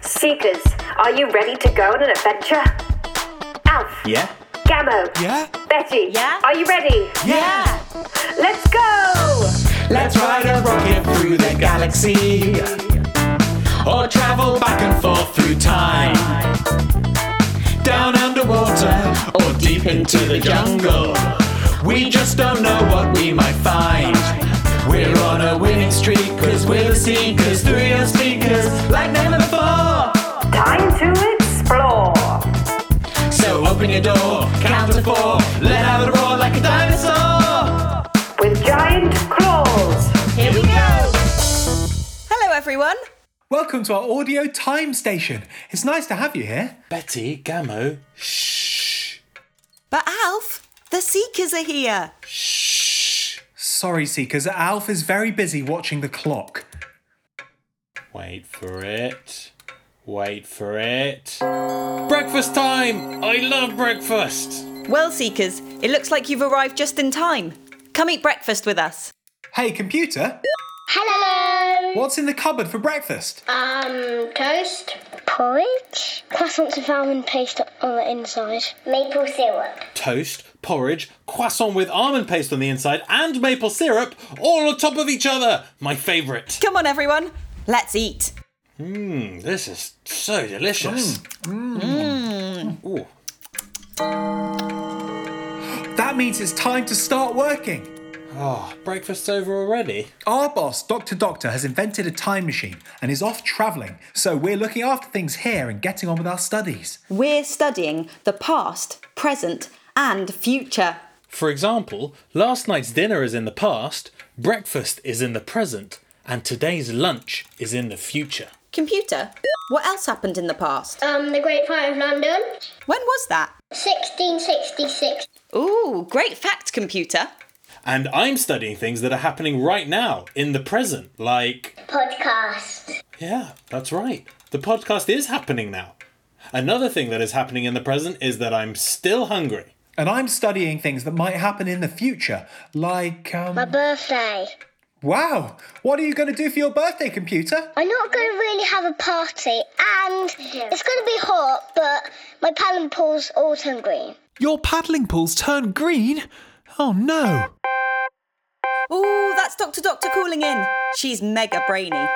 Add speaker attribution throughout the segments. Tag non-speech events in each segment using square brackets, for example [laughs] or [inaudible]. Speaker 1: Seekers, are you ready to go on an adventure? Alf,
Speaker 2: Yeah?
Speaker 1: Gamo,
Speaker 2: Yeah?
Speaker 1: Betty,
Speaker 3: Yeah?
Speaker 1: are you ready?
Speaker 2: Yeah!
Speaker 1: Let's go!
Speaker 2: Let's ride a rocket through the galaxy. Or travel back and forth through time. Down underwater or deep into the jungle. We just don't know what we might find. We're on a winning streak, cause we're the seekers through your speakers like never before.
Speaker 1: Time to explore.
Speaker 2: So open your door, count to four, let out a roar like a dinosaur.
Speaker 1: With giant claws.
Speaker 3: Here we go. Hello, everyone.
Speaker 4: Welcome to our audio time station. It's nice to have you here.
Speaker 2: Betty, Gamo,
Speaker 3: But Alf, the Seekers are here.
Speaker 4: Sorry, Seekers, Alf is very busy watching the clock.
Speaker 2: Wait for it. Wait for it. Breakfast time! I love breakfast!
Speaker 3: Well, Seekers, it looks like you've arrived just in time. Come eat breakfast with us.
Speaker 4: Hey, computer,
Speaker 5: Hello.
Speaker 4: what's in the cupboard for breakfast?
Speaker 5: Um, toast, porridge, croissants with almond paste on the inside, maple syrup.
Speaker 2: Toast, porridge, croissant with almond paste on the inside, and maple syrup, all on top of each other! My favourite.
Speaker 3: Come on, everyone. Let's eat.
Speaker 2: Mm, This is so delicious. Ooh.
Speaker 4: That means it's time to start working.
Speaker 2: Oh, breakfast's over already.
Speaker 4: Our boss, Dr. Doctor, has invented a time machine and is off travelling, so we're looking after things here and getting on with our studies.
Speaker 3: We're studying the past, present, and future.
Speaker 2: For example, last night's dinner is in the past, breakfast is in the present, and today's lunch is in the future.
Speaker 3: Computer, what else happened in the past?
Speaker 5: Um, the Great Fire of London,
Speaker 3: When was that?
Speaker 5: 1666.
Speaker 3: Ooh, great fact, computer.
Speaker 2: And I'm studying things that are happening right now in the present, like
Speaker 5: Podcast.
Speaker 2: Yeah, that's right. The podcast is happening now. Another thing that is happening in the present is that I'm still hungry.
Speaker 4: And I'm studying things that might happen in the future, like,
Speaker 5: My
Speaker 4: um.
Speaker 5: birthday.
Speaker 4: Wow! What are you going to do for your birthday, computer?
Speaker 5: I'm not going to really have a party, and it's going to be hot, but my paddling pool's all turned green.
Speaker 6: Your paddling pools turn green? Oh no!
Speaker 3: Ooh, that's Dr. Doctor calling in. She's mega brainy.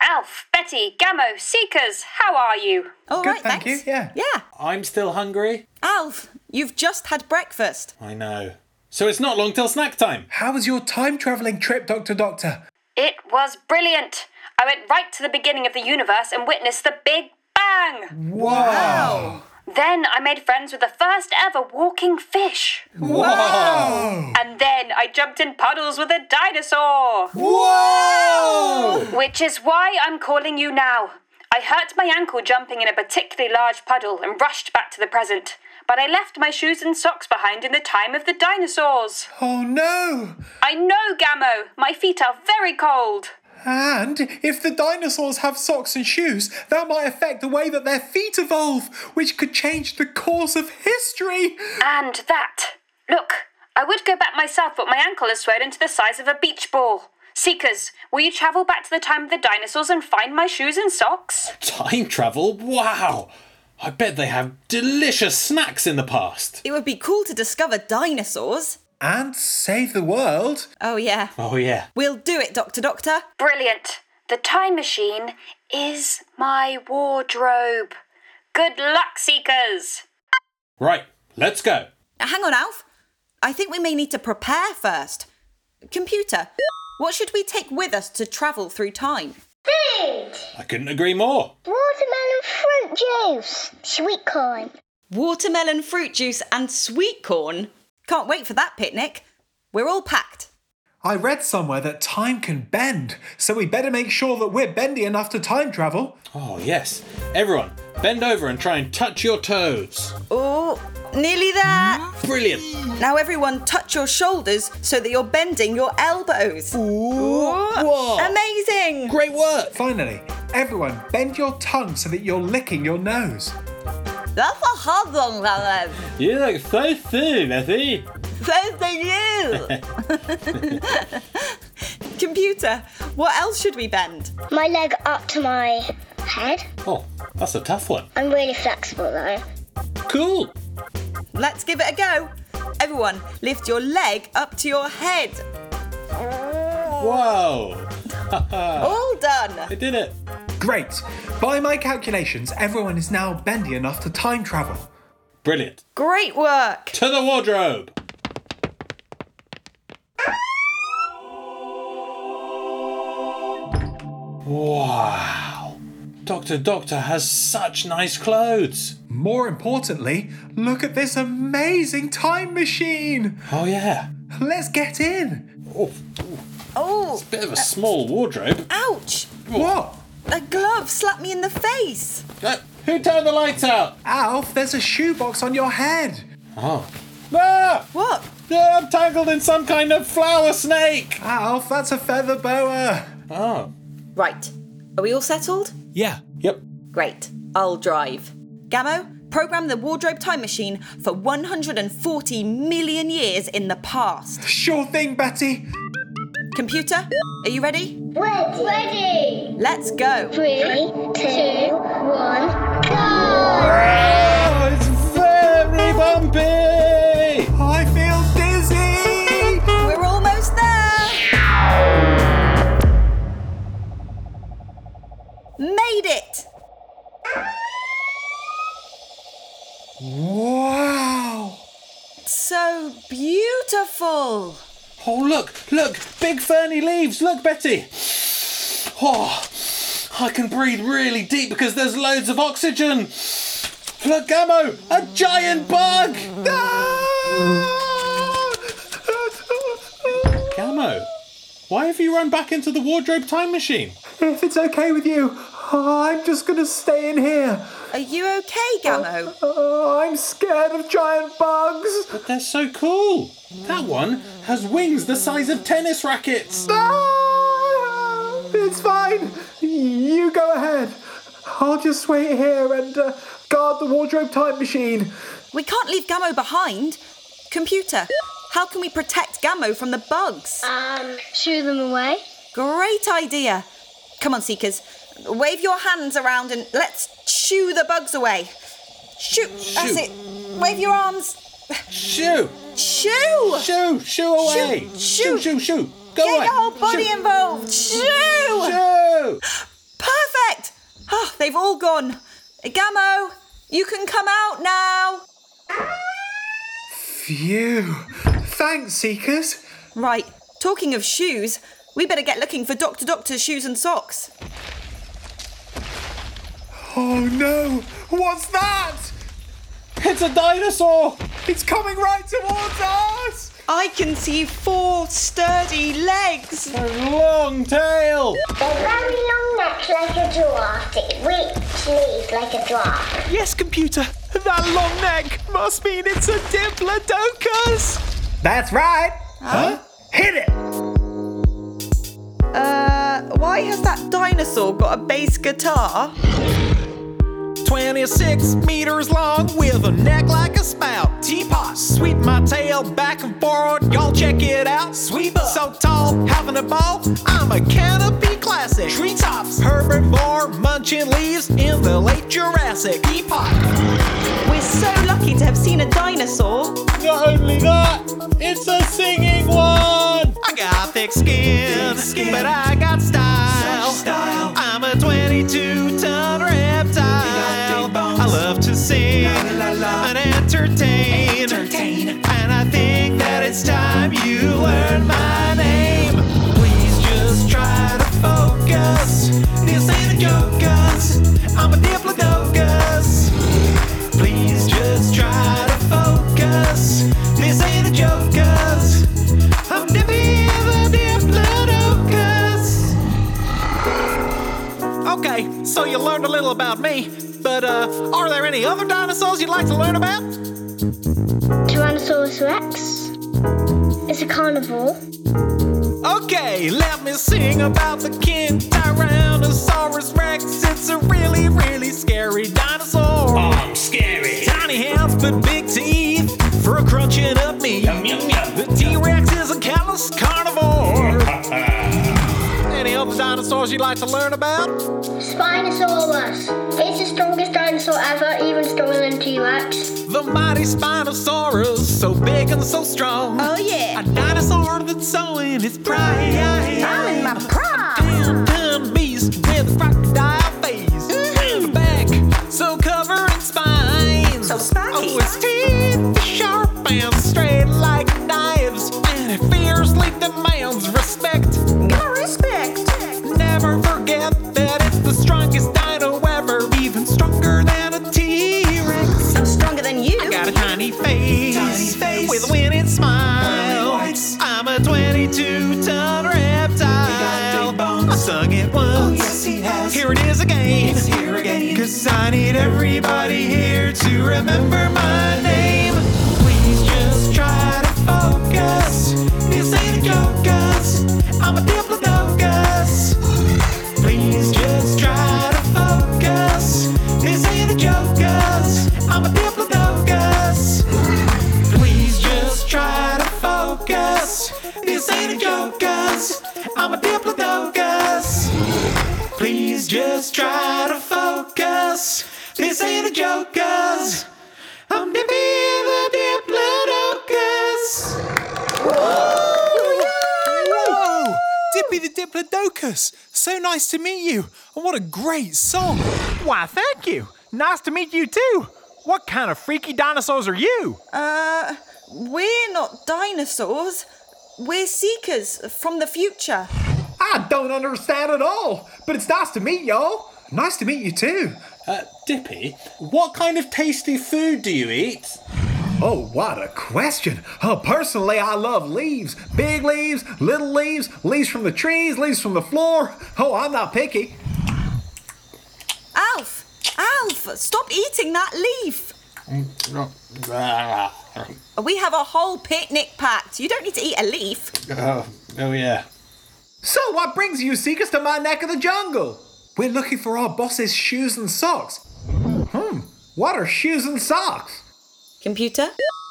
Speaker 7: Alf, Betty, Gammo, Seekers, how are you?
Speaker 3: All
Speaker 4: Good,
Speaker 3: right,
Speaker 4: thank
Speaker 3: thanks.
Speaker 4: you, yeah.
Speaker 3: Yeah.
Speaker 2: I'm still hungry?
Speaker 3: Alf, you've just had breakfast.
Speaker 2: I know. So it's not long till snack time.
Speaker 4: How was your time travelling trip, Dr. Doctor?
Speaker 7: It was brilliant. I went right to the beginning of the universe and witnessed the Big Bang.
Speaker 4: Wow!
Speaker 7: Then I made friends with the first ever walking fish.
Speaker 4: Wow!
Speaker 7: And then I jumped in puddles with a dinosaur.
Speaker 4: Whoa!
Speaker 7: Which is why I'm calling you now. I hurt my ankle jumping in a particularly large puddle and rushed back to the present. But I left my shoes and socks behind in the time of the dinosaurs.
Speaker 4: Oh no!
Speaker 7: I know, Gammo, my feet are very cold.
Speaker 4: And if the dinosaurs have socks and shoes, that might affect the way that their feet evolve, which could change the course of history.
Speaker 7: And that. Look, I would go back myself, but my ankle has swollen to the size of a beach ball. Seekers, will you travel back to the time of the dinosaurs and find my shoes and socks?
Speaker 2: Time travel? Wow! I bet they have delicious snacks in the past.
Speaker 3: It would be cool to discover dinosaurs.
Speaker 4: And save the world.
Speaker 3: Oh, yeah.
Speaker 2: Oh, yeah.
Speaker 3: We'll do it, Doctor Doctor.
Speaker 7: Brilliant. The time machine is my wardrobe. Good luck, Seekers.
Speaker 2: Right, let's go.
Speaker 3: Uh, Hang on, Alf. I think we may need to prepare first. Computer, what should we take with us to travel through time?
Speaker 5: Food!
Speaker 2: I couldn't agree more.
Speaker 5: Watermelon fruit juice. Sweet corn.
Speaker 3: Watermelon fruit juice and sweet corn. Can't wait for that picnic. We're all packed.
Speaker 4: I read somewhere that time can bend, so we better make sure that we're bendy enough to time travel.
Speaker 2: Oh, yes. Everyone, bend over and try and touch your toes.
Speaker 3: Oh, nearly there.
Speaker 2: Brilliant.
Speaker 3: Now, everyone, touch your shoulders so that you're bending your elbows.
Speaker 2: Whoa.
Speaker 3: Amazing.
Speaker 2: Great work.
Speaker 4: Finally, everyone, bend your tongue so that you're licking your nose.
Speaker 3: That's a hard one, Alan.
Speaker 2: You look so thin, Betty.
Speaker 3: So do you. [laughs] Computer, what else should we bend?
Speaker 5: My leg up to my head.
Speaker 2: Oh, that's a tough one.
Speaker 5: I'm really flexible though.
Speaker 2: Cool.
Speaker 3: Let's give it a go. Everyone, lift your leg up to your head.
Speaker 2: Whoa.
Speaker 3: All
Speaker 2: I
Speaker 3: done.
Speaker 2: did it.
Speaker 4: Great. By my calculations, everyone is now bendy enough to time travel.
Speaker 2: Brilliant.
Speaker 3: Great work.
Speaker 2: To the wardrobe. Wow. Doctor Doctor has such nice clothes.
Speaker 4: More importantly, look at this amazing time machine.
Speaker 2: Oh yeah.
Speaker 4: Let's get in.
Speaker 2: Oh,
Speaker 3: Oh,
Speaker 2: bit of a small wardrobe.
Speaker 3: ouch.
Speaker 4: What?
Speaker 3: A glove slapped me in the face.
Speaker 2: Uh, who turned the lights out?
Speaker 4: Alf, there's a shoebox on your head.
Speaker 2: Oh. Ah!
Speaker 3: What?
Speaker 2: Yeah, I'm tangled in some kind of flower snake.
Speaker 4: Alf, that's a feather boa.
Speaker 2: Oh.
Speaker 3: Right. Are we all settled?
Speaker 6: Yeah.
Speaker 2: Yep.
Speaker 3: Great. I'll drive. Gammo, program the wardrobe time machine for 140 million years in the past.
Speaker 4: Sure thing, Betty.
Speaker 3: Computer, are you ready?
Speaker 5: Ready. Ready.
Speaker 3: Let's go.
Speaker 5: Three, two, one, go!
Speaker 2: Oh, it's very bumpy.
Speaker 4: I feel dizzy.
Speaker 3: We're almost there. Made it.
Speaker 4: Wow.
Speaker 3: So beautiful.
Speaker 2: Oh, look, look, big ferny leaves. Look, Betty. Oh, I can breathe really deep because there's loads of oxygen. Look, Gamo, a giant bug. Ah! Gamo, why have you run back into the wardrobe time machine?
Speaker 4: If it's okay with you, I'm just gonna stay in here.
Speaker 3: Are you okay, Gammo?
Speaker 4: Oh, I'm scared of giant bugs.
Speaker 2: But they're so cool. That one has wings the size of tennis rackets.
Speaker 4: Ah, It's fine. You go ahead. I'll just wait here and uh, guard the wardrobe time machine.
Speaker 3: We can't leave Gammo behind. Computer, how can we protect Gammo from the bugs?
Speaker 5: Um, shoo them away.
Speaker 3: Great idea. Come on, Seekers. Wave your hands around and let's shoo the bugs away. Shoo. That's
Speaker 2: Shoo.
Speaker 3: it. Wave your arms.
Speaker 2: Shoo,
Speaker 3: Shoo.
Speaker 2: shoo, shoo away.
Speaker 3: shoo.
Speaker 2: shoo, shoo. shoo. Go
Speaker 3: Get
Speaker 2: away.
Speaker 3: your whole body
Speaker 2: Shoo.
Speaker 3: involved. Shoo.
Speaker 2: Shoo.
Speaker 3: Perfect. Oh, they've all gone. Gammo, you can come out now.
Speaker 4: Phew. Thanks, Seekers.
Speaker 3: Right. Talking of shoes, we better get looking for Doctor Doctor's shoes and socks.
Speaker 4: Oh no! What's that?
Speaker 2: It's a dinosaur.
Speaker 4: It's coming right towards us!
Speaker 3: I can see four sturdy legs.
Speaker 2: A long tail.
Speaker 5: Their very long neck like a giraffe. It reach leaves like a giraffe.
Speaker 6: Yes, computer. That long neck must mean it's a diplodocus.
Speaker 4: That's right!
Speaker 2: Huh?
Speaker 4: Hit it!
Speaker 3: Uh, why has that dinosaur got a bass guitar?
Speaker 6: 26 meters long with a neck like a spout. Teapot, sweep my tail back and forward. Y'all check it out. Sweep up. So tall, having a ball. I'm a canopy classic. Treetops, herbivore, munching leaves in the late Jurassic. Teapot.
Speaker 3: We're so lucky to have seen a dinosaur.
Speaker 2: Not only that, it's a singing one.
Speaker 6: I got thick skin, but I got style. I'm a 22 ton reptile. I love to sing and entertain. And I think that it's time you learn my name. Please just try to focus. This ain't a joke, 'cause I'm a diplodocus. Please just try to focus. This ain't a joke, 'cause I'm never diplodocus. Okay, so you learned a little about me, but uh, are there any other dinosaurs you'd like to learn about?
Speaker 5: Tyrannosaurus rex. It's a carnivore.
Speaker 6: Okay, let me sing about the king Tyrannosaurus Rex. It's a really, really scary dinosaur.
Speaker 2: I'm scary.
Speaker 6: Tiny hands but big teeth for crunching up meat. The T Rex is a callous carnivore. Any other dinosaurs you'd like like to learn about?
Speaker 5: Spinosaurus. It's the strongest dinosaur ever, even stronger than T Rex.
Speaker 6: The mighty Spinosaurus, so big and so strong.
Speaker 3: Oh, yeah.
Speaker 6: A dinosaur that's so in his pride.
Speaker 3: I'm in my prime.
Speaker 6: Damn beast with a crocodile face.
Speaker 3: Mhm.
Speaker 6: Back, so covered in spines.
Speaker 3: So spiky.
Speaker 6: Oh, his teeth are sharp and straight like knives. And it fiercely demands respect.
Speaker 3: My respect.
Speaker 6: Never forget that it's the strongest dino ever, even stronger than a T Rex.
Speaker 3: I'm stronger than you.
Speaker 6: Got a tiny face,
Speaker 4: Tiny face.
Speaker 6: with a winning smile.
Speaker 4: Pearly whites.
Speaker 6: I'm a 22 ton reptile.
Speaker 4: big bones.
Speaker 6: I sung it once.
Speaker 4: yes, he has.
Speaker 6: Here it is again.
Speaker 4: It's here again.
Speaker 6: Cause I need everybody here to remember my name. Please just try to focus. This ain't a joke, guys. I'm a diplodocus. Please just try to focus. This ain't a joke, guys. I'm a diplodocus. Please just try to focus. This ain't a joke, guys. I'm a diplodocus. Please just try to focus. This ain't a joke, guys. I'm Dippy the Diplodocus.
Speaker 4: Whoa! Dippy the Diplodocus! So nice to meet you, and what a great song!
Speaker 2: Why, thank you. Nice to meet you, too. What kind of freaky dinosaurs are you?
Speaker 3: Uh, we're not dinosaurs. We're seekers from the future.
Speaker 2: I don't understand at all, but it's nice to meet y'all.
Speaker 4: Nice to meet you too.
Speaker 8: Uh, Dippy, what kind of tasty food do you eat?
Speaker 4: Oh, what a question! Uh, personally, I love leaves. Big leaves, little leaves, leaves from the trees, leaves from the floor. Oh, I'm not picky.
Speaker 3: Alf, Alf, stop eating that leaf. Mm,
Speaker 8: Ah,
Speaker 3: We have a whole picnic packed. You don't need to eat a leaf.
Speaker 8: oh, oh yeah.
Speaker 4: So, what brings you seekers to my neck of the jungle? We're looking for our boss's shoes and socks. Hmm, what are shoes and socks?
Speaker 3: Computer?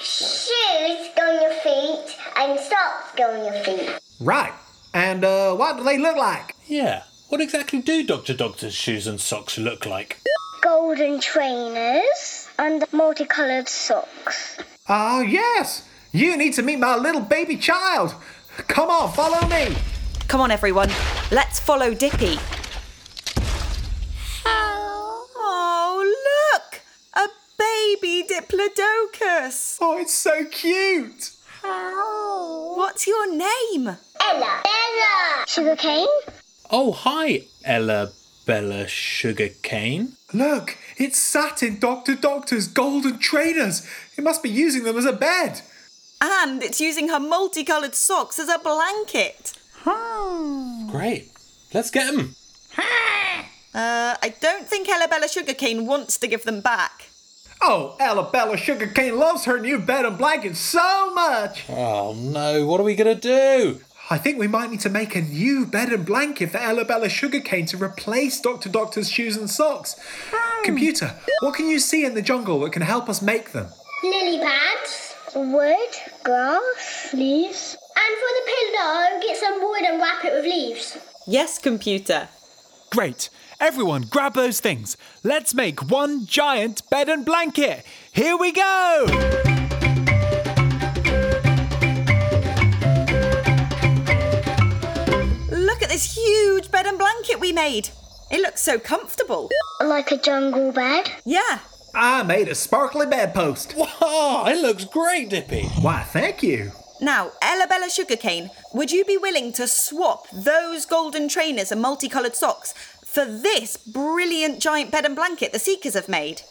Speaker 5: Shoes go on your feet, and socks go on your feet.
Speaker 4: Right, and uh, what do they look like?
Speaker 8: Yeah. What exactly do Dr. Doctor's shoes and socks look like?
Speaker 5: Golden trainers and multicolored socks.
Speaker 4: Ah, yes, you need to meet my little baby child. Come on, follow me.
Speaker 3: Come on, everyone. Let's follow Dippy. Oh, look! A baby Diplodocus.
Speaker 4: Oh, it's so cute.
Speaker 3: What's your name?
Speaker 5: Ella. Ella. Sugar cane.
Speaker 8: Oh, hi, Ella Bella Sugarcane.
Speaker 4: Look, it's sat in Dr. Doctor's golden trainers. It must be using them as a bed.
Speaker 3: And it's using her multicolored socks as a blanket.
Speaker 8: Great. Let's get him.
Speaker 3: Uh, I don't think Ella Bella Sugarcane wants to give them back.
Speaker 4: Oh, Alabella Sugarcane loves her new bed and blanket so much.
Speaker 8: Oh, no. What are we going to do? [laughs]
Speaker 4: I think we might need to make a new bed and blanket for Alabella Sugarcane to replace Dr. Doctor's shoes and socks. Computer, what can you see in the jungle that can help us make them?
Speaker 5: Lily pads. Wood, grass, leaves. And for the pillow, get some wood and wrap it with leaves.
Speaker 3: Yes, computer.
Speaker 2: Great. Everyone, grab those things. Let's make one giant bed and blanket. Here we go.
Speaker 3: Look at this huge bed and blanket we made. It looks so comfortable.
Speaker 5: Like a jungle bed.
Speaker 3: Yeah.
Speaker 4: I made a sparkly bedpost.
Speaker 8: Wow, Oh, it looks great, Dippy.
Speaker 4: Why, thank you.
Speaker 3: Now, Ella Bella Sugarcane, would you be willing to swap those golden trainers and multicolored socks for this brilliant giant bed and blanket the Seekers have made?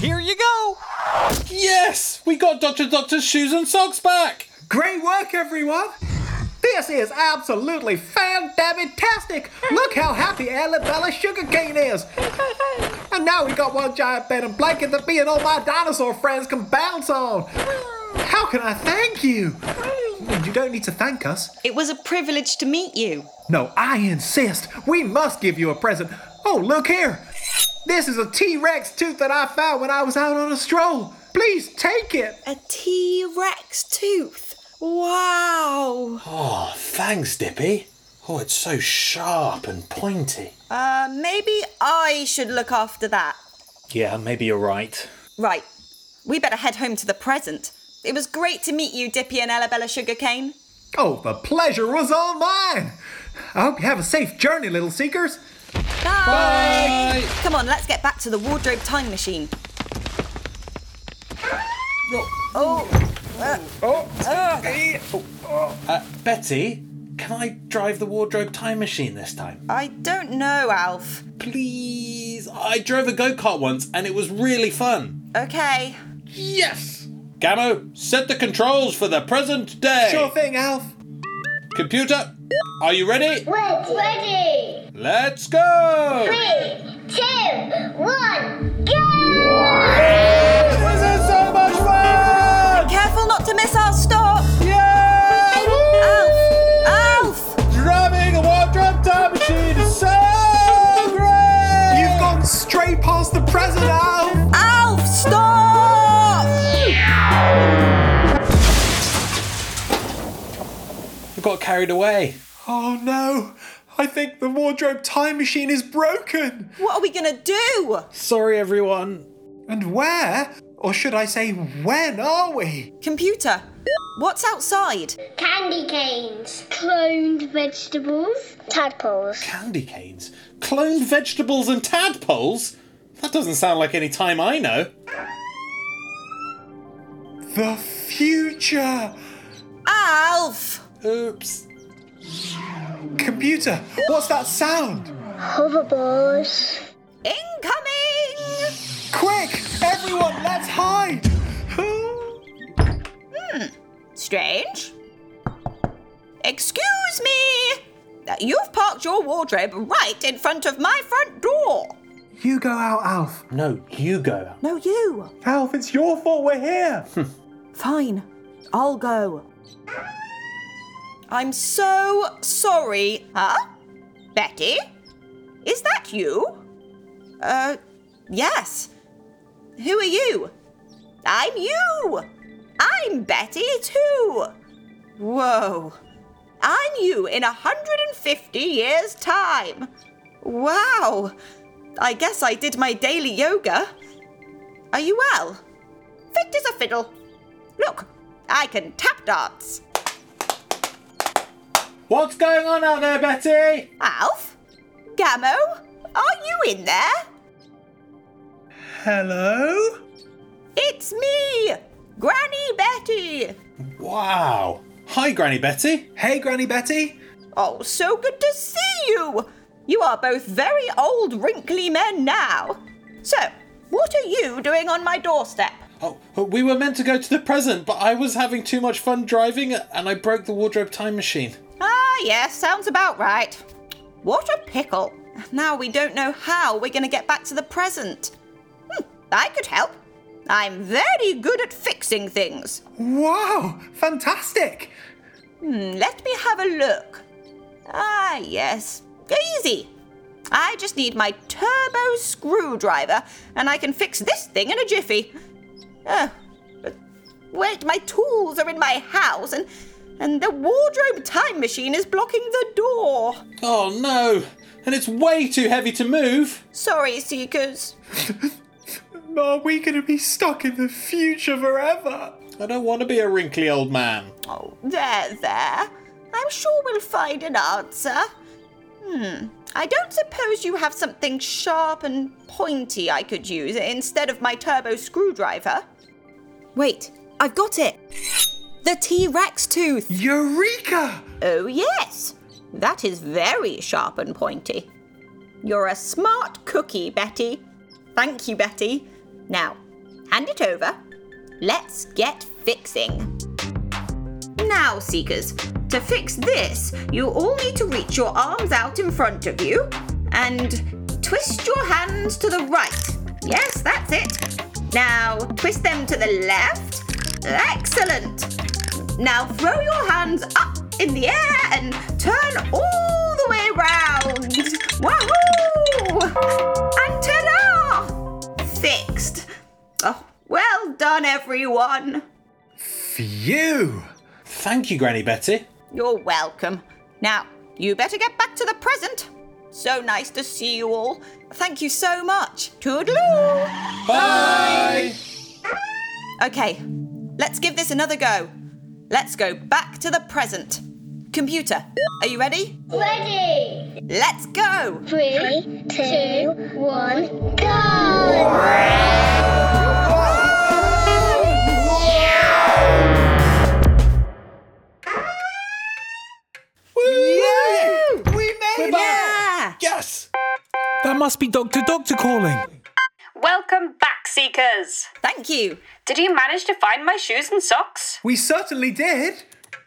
Speaker 6: Here you go.
Speaker 8: Yes, we got Dr. Doctor's shoes and socks back.
Speaker 4: Great work, everyone! This is absolutely fantastic! Look how happy Alabella Sugarcane is! And now we got one giant bed and blanket that me and all my dinosaur friends can bounce on! How can I thank you? You don't need to thank us.
Speaker 3: It was a privilege to meet you.
Speaker 4: No, I insist. We must give you a present. Oh, look here. This is a T Rex tooth that I found when I was out on a stroll. Please take it.
Speaker 3: A T Rex tooth. Wow.
Speaker 8: Oh, thanks, Dippy.
Speaker 2: Oh, it's so sharp and pointy.
Speaker 3: Uh, maybe I should look after that.
Speaker 2: Yeah, maybe you're right.
Speaker 3: Right. We better head home to the present. It was great to meet you, Dippy and Arabella Sugarcane.
Speaker 4: Oh, the pleasure was all mine. I hope you have a safe journey, little seekers.
Speaker 3: Bye. Come on, let's get back to the wardrobe time machine.
Speaker 2: Uh, Betty, can I drive the wardrobe time machine this time?
Speaker 3: I don't know, Alf.
Speaker 2: Please. I drove a go kart once and it was really fun.
Speaker 3: Okay.
Speaker 2: Yes! Gamo, set the controls for the present day.
Speaker 4: Sure thing, Alf.
Speaker 2: Computer, are you ready?
Speaker 5: Ready. Ready.
Speaker 2: Let's go!
Speaker 5: Three, two, one, go!
Speaker 3: Careful not to miss our stop. Alf! Alf!
Speaker 2: Driving a wardrobe time machine is so great!
Speaker 4: You've gone straight past the present, Alf.
Speaker 3: Alf, stop!
Speaker 2: You got carried away.
Speaker 4: Oh no. I think the wardrobe time machine is broken.
Speaker 3: What are we gonna do?
Speaker 2: Sorry, everyone.
Speaker 4: And where, or should I say, when are we?
Speaker 3: Computer, what's outside?
Speaker 5: Candy canes. Cloned vegetables. Tadpoles.
Speaker 2: Candy canes, cloned vegetables, and tadpoles? That doesn't sound like any time I know.
Speaker 4: The future.
Speaker 3: Alf!
Speaker 2: Oops.
Speaker 4: Computer, what's that sound?
Speaker 5: Hoverboards.
Speaker 3: Incoming!
Speaker 4: Quick, everyone, let's hide.
Speaker 3: Strange. Excuse me! Uh, You've parked your wardrobe right in front of my front door.
Speaker 4: you go out, Alf.
Speaker 2: No, you go out.
Speaker 3: No, you.
Speaker 4: Alf, it's your fault we're here.
Speaker 3: Fine. I'll go. I'm so sorry. Huh? Betty? Is that you? Uh, yes. Who are you? I'm you. I'm Betty too. Whoa. I'm you in 150 years' time. Wow. I guess I did my daily yoga. Are you well? Fit as a fiddle. Look, I can tap dance.
Speaker 2: [laughs] What's going on out there, Betty?
Speaker 3: Alf? Gammo? Are you in there?
Speaker 4: Hello?
Speaker 3: It's me, Granny Betty.
Speaker 2: Wow. Hi, Granny Betty.
Speaker 4: Hey, Granny Betty.
Speaker 3: Oh, so good to see you. You are both very old, wrinkly men now. So, what are you doing on my doorstep?
Speaker 2: Oh, we were meant to go to the present, but I was having too much fun driving and I broke the wardrobe time machine.
Speaker 3: Ah, yes, sounds about right. What a pickle. Now we don't know how we're going to get back to the present. Hmm, I could help. I'm very good at fixing things.
Speaker 4: Wow, fantastic.
Speaker 3: Let me have a look. Ah, yes. Easy. I just need my turbo screwdriver, and I can fix this thing in a jiffy. Oh, but wait, my tools are in my house, and, and the wardrobe time machine is blocking the door.
Speaker 2: Oh no! And it's way too heavy to move!
Speaker 3: Sorry, Seekers.
Speaker 4: Are we going to be stuck in the future forever?
Speaker 2: I don't want to be a wrinkly old man.
Speaker 3: Oh, there, there. I'm sure we'll find an answer. Hmm. I don't suppose you have something sharp and pointy I could use instead of my turbo screwdriver. Wait, I've got it. The T Rex tooth.
Speaker 4: Eureka!
Speaker 3: Oh, yes. That is very sharp and pointy. You're a smart cookie, Betty. Thank you, Betty. Now, hand it over. Let's get fixing. Now, Seekers, to fix this, you all need to reach your arms out in front of you and twist your hands to the right. Yes, that's it. Now, twist them to the left. Excellent. Now, throw your hands up in the air and turn all the way round. Wahoo! And ta-da! Fixed. Oh, well done, everyone.
Speaker 4: Phew.
Speaker 2: Thank you, Granny Betty.
Speaker 3: You're welcome. Now, You better get back to the present. So nice to see you all. Thank you so much. Toodaloo.
Speaker 8: Bye!
Speaker 3: Okay, let's give this another go. Let's go back to the present. Computer, are you ready?
Speaker 5: Ready?
Speaker 3: Let's go!
Speaker 5: Three, two, one, go!
Speaker 4: Woo! We made it!
Speaker 3: Yeah!
Speaker 8: Yes!
Speaker 2: That must be Dr. Doctor calling.
Speaker 7: Welcome back, Seekers.
Speaker 3: Thank you.
Speaker 7: Did you manage to find my shoes and socks?
Speaker 4: We certainly did.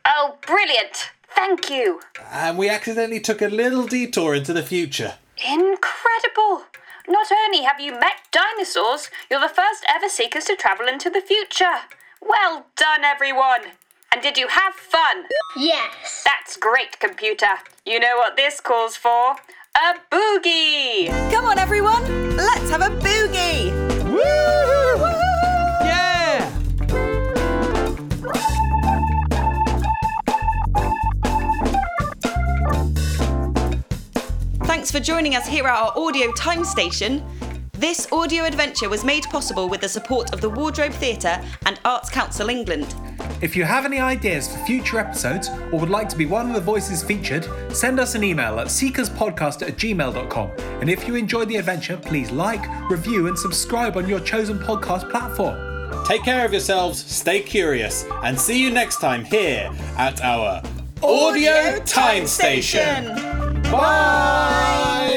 Speaker 7: Oh, brilliant. Thank you.
Speaker 8: And we accidentally took a little detour into the future.
Speaker 7: Incredible! Not only have you met dinosaurs, you're the first ever seekers to travel into the future. Well done, everyone! And did you have fun?
Speaker 5: Yes.
Speaker 7: That's great, computer. You know what this calls for? A boogie!
Speaker 3: Come on, everyone, let's have a boogie!
Speaker 2: Yeah!
Speaker 3: Thanks for joining us here at our audio time station. This audio adventure was made possible with the support of the Wardrobe Theatre and Arts Council England.
Speaker 4: If you have any ideas for future episodes or would like to be one of the voices featured, send us an email at seekerspodcast at gmail.com. And if you enjoyed the adventure, please like, review, and subscribe on your chosen podcast platform.
Speaker 8: Take care of yourselves, stay curious, and see you next time here at our Audio, Time Station. Bye.